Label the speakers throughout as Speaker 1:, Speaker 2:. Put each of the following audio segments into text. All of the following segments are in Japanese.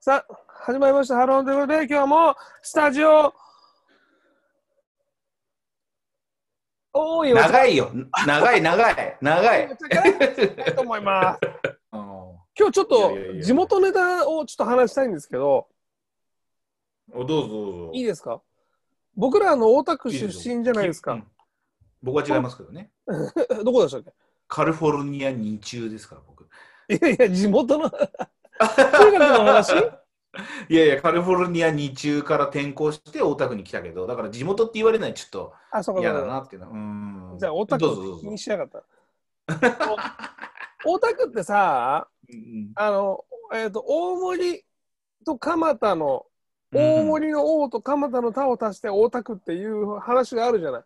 Speaker 1: さあ、始まりました。ハローということで、今日もスタジオ。おーいお茶
Speaker 2: 長いよ。長い、長い、長 い。
Speaker 1: いと思い ます。今日ちょっと
Speaker 2: いやいやいや
Speaker 1: 地元ネタをちょっと話したいんですけど、
Speaker 2: おどうぞどうぞ。
Speaker 1: いいですか僕らあの大田区出身じゃないです
Speaker 2: う
Speaker 1: か
Speaker 2: ん。。僕は違いますけどね。
Speaker 1: どこでしたっ
Speaker 2: カリフォルニア二中ですから、僕。
Speaker 1: けいやいや、地元の。中学の 話
Speaker 2: いやいや、カリフォルニア二中から転校して大田区に来たけど、だから地元って言われないちょっと
Speaker 1: あ、そうかそ
Speaker 2: 嫌だ
Speaker 1: うか。
Speaker 2: なっていうのは。うん
Speaker 1: じゃあ大田区
Speaker 2: どうぞどう
Speaker 1: 気
Speaker 2: ぞ
Speaker 1: に。しなかった。大田区ってさ、
Speaker 2: うん
Speaker 1: あの、えっ、と、大森と蒲田の、
Speaker 2: うん
Speaker 1: 大森の王と蒲田の田を足して大田区っていう話があるじゃない。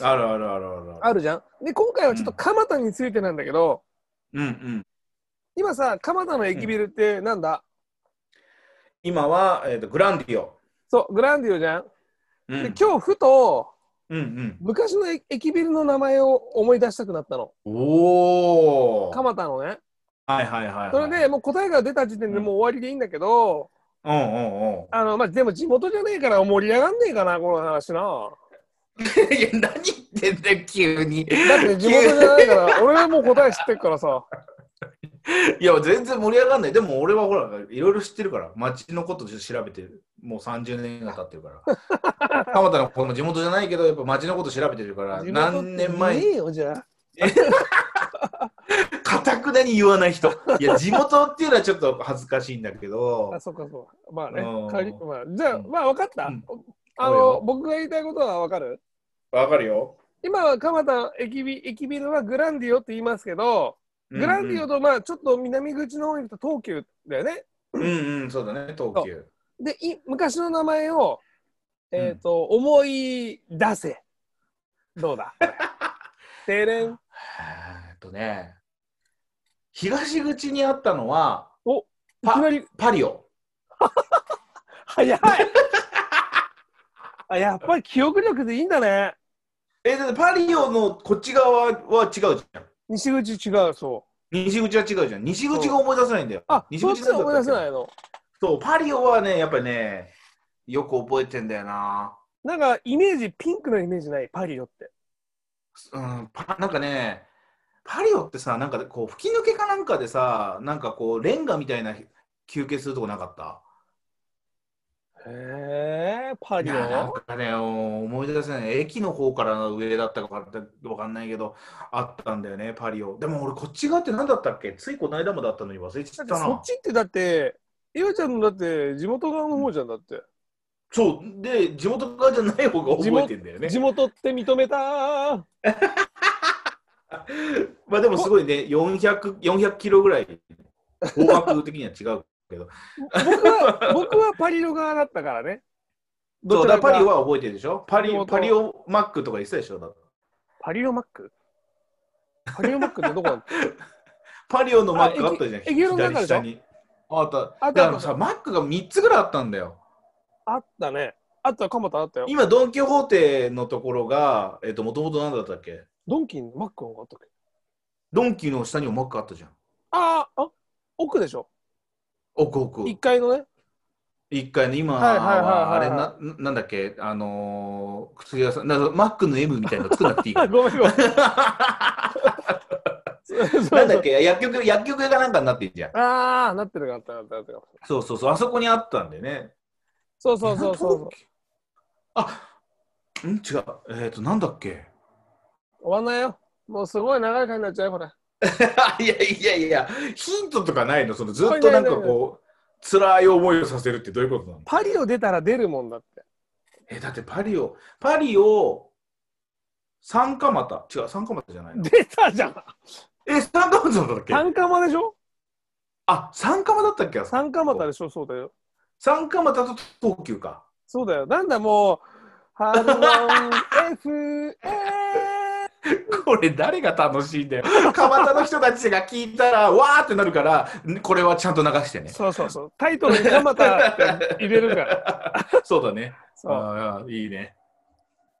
Speaker 2: あるあるあるある
Speaker 1: あるじゃん。で、今回はちょっと
Speaker 2: うん
Speaker 1: 蒲田についてなんだけど、
Speaker 2: うんうん。
Speaker 1: 今さ、蒲田の駅ビルってなんだ、
Speaker 2: 今は、えっと、グランディオ。
Speaker 1: そう、グランディオじゃん。
Speaker 2: う
Speaker 1: で
Speaker 2: ん、
Speaker 1: 今日ふと、
Speaker 2: うんうん。
Speaker 1: 昔の駅ビルの名前を思い出したくなったの。
Speaker 2: おお。
Speaker 1: 蒲田のね。
Speaker 2: はいはいはいはい。
Speaker 1: それで、もう答えが出た時点でもう終わりでいいんだけど、
Speaker 2: うんうん うん。
Speaker 1: あの、まあ、でも地元じゃねえから盛り上がんねえかな、この話 な。
Speaker 2: いや、何言ってんだよ、急に。
Speaker 1: だって地元じゃないから、俺はもう答え知ってるからさ。
Speaker 2: いや、全然盛り上がんない。でも俺はほら、いろいろ知ってるから、町のこと調べてる。もう30年が経って るから。蒲田のこの地元じゃないけど、やっぱ町のこと調べてるから、
Speaker 1: 地元って
Speaker 2: 何年前
Speaker 1: い
Speaker 2: に、
Speaker 1: いよ、じゃあ。
Speaker 2: かたくなに言わない人。いや、地元っていうのはちょっと恥ずかしいんだけど
Speaker 1: あ、、そっかそっか。まあね
Speaker 2: うん。
Speaker 1: 仮にまあ、じゃあ、
Speaker 2: うん
Speaker 1: まあ分かった。
Speaker 2: うん
Speaker 1: あ
Speaker 2: そうよ
Speaker 1: の、僕が言いたいことは分かる
Speaker 2: わかるよ。
Speaker 1: 今は蒲田駅ビ駅ビルはグランディオって言いますけど、グランディオとまあちょっと南口の方に行くと東急だよね。
Speaker 2: うんうん、うんうん、そうだね、東急。
Speaker 1: で、い昔の名前を、えっ、と、思い出せ。どう だてれん。
Speaker 2: えーっとね、東口にあったのは、
Speaker 1: いきなり
Speaker 2: パリオ。
Speaker 1: 早 いあやっぱり記憶力でいいんだね。
Speaker 2: えだってパリオのこっち側は違うじゃん。
Speaker 1: 西口違う、そう。
Speaker 2: 西口は違うじゃん。西口が思い出せないんだよ。
Speaker 1: あ、
Speaker 2: 西
Speaker 1: そっ
Speaker 2: 口。
Speaker 1: ちは思い出せないいの。
Speaker 2: そう、パリオはね、やっぱりね、よく覚えてんだよな。
Speaker 1: なんかイメージ、ピンクのイメージない、パリオって。
Speaker 2: うん、パなんかね、パリオってさ、なんかこう、吹き抜けかなんかでさ、なんかこう、レンガみたいな休憩するとこなかった
Speaker 1: へえ、パ
Speaker 2: い
Speaker 1: リ
Speaker 2: や、なん
Speaker 1: オ
Speaker 2: かね、思い出せない。駅の方から上だったかわかんないけど、あったんだよね、パリオ。でも俺、こっち側って何だったっけついこの間もだったのに忘れちゃ
Speaker 1: だ
Speaker 2: っ
Speaker 1: ったて
Speaker 2: な。
Speaker 1: そっちってだって、いわちゃんのだって地元側の方じゃんだって。
Speaker 2: そう、で、地元側じゃない方が覚えてんだよね
Speaker 1: 地。元って認めたー。
Speaker 2: まあでもすごいね、400, 400キロぐらい、方角的 には違うけど。
Speaker 1: 僕 は、僕はパリオ側だったからね。
Speaker 2: そう
Speaker 1: ちら
Speaker 2: だ
Speaker 1: か
Speaker 2: からパリは覚えてるでしょパリ
Speaker 1: 地元
Speaker 2: パリオマックとか言ってたでしょだから
Speaker 1: パリオマックパリオマックってどこなの
Speaker 2: パリオのマックあったじゃん、
Speaker 1: あ駅駅の中でしょ
Speaker 2: 左下に。あった。
Speaker 1: あ
Speaker 2: あ
Speaker 1: っ
Speaker 2: ったたあのさ、マックが3つぐらいあったんだよ。
Speaker 1: あったね。あった、蒲田あったよ。
Speaker 2: 今、ドン・キホーテのところが、えっ、と、もともと何だったっけ
Speaker 1: ドンキン、マックの方があったっけ
Speaker 2: ドンキの下にもマックあったじゃん。
Speaker 1: あーあ、奥でしょ
Speaker 2: 奥奥。
Speaker 1: 一階のね。
Speaker 2: 一回の今は
Speaker 1: はいはい
Speaker 2: あ
Speaker 1: はい
Speaker 2: れ
Speaker 1: はい
Speaker 2: ななんだっけあのー、薬屋さんなんかマックの M みたいなの作んなくていいか
Speaker 1: あ
Speaker 2: ら
Speaker 1: ごめんご めん。
Speaker 2: な
Speaker 1: なん
Speaker 2: だっけ薬局薬局がなんかになってんじゃん
Speaker 1: ああ、なってるなってるなってるなってる。
Speaker 2: そうそうそうあそこにあったんだよね
Speaker 1: そうそうそうそう
Speaker 2: なんだっけあん違うえっ、ー、となんだっけ
Speaker 1: 終わんないよ。もうすごい長い回になっちゃうよ、これ。
Speaker 2: いやいやいやヒントとかないのそのずっとなんかこう辛い思いをさせるってどういうことなの
Speaker 1: パリを出たら出るもんだって。
Speaker 2: えだってパリをパリを三冠又違う三冠又じゃないの
Speaker 1: 出たじゃん
Speaker 2: え三冠又だったっけ
Speaker 1: 三冠でしょ
Speaker 2: あ三冠又だったっけあそこ
Speaker 1: 三冠股でしょそうだよ。
Speaker 2: 三冠又と東急か。
Speaker 1: そうだよ。なんだもう、ハロン FA!
Speaker 2: これ誰が楽しいんだよ。蒲田の人たちが聞いたら、わーってなるから、これはちゃんと流して ね。
Speaker 1: そうそうそう。タイトルに蒲田って入れるから。
Speaker 2: そうだね。
Speaker 1: そう。
Speaker 2: ああ、いいね。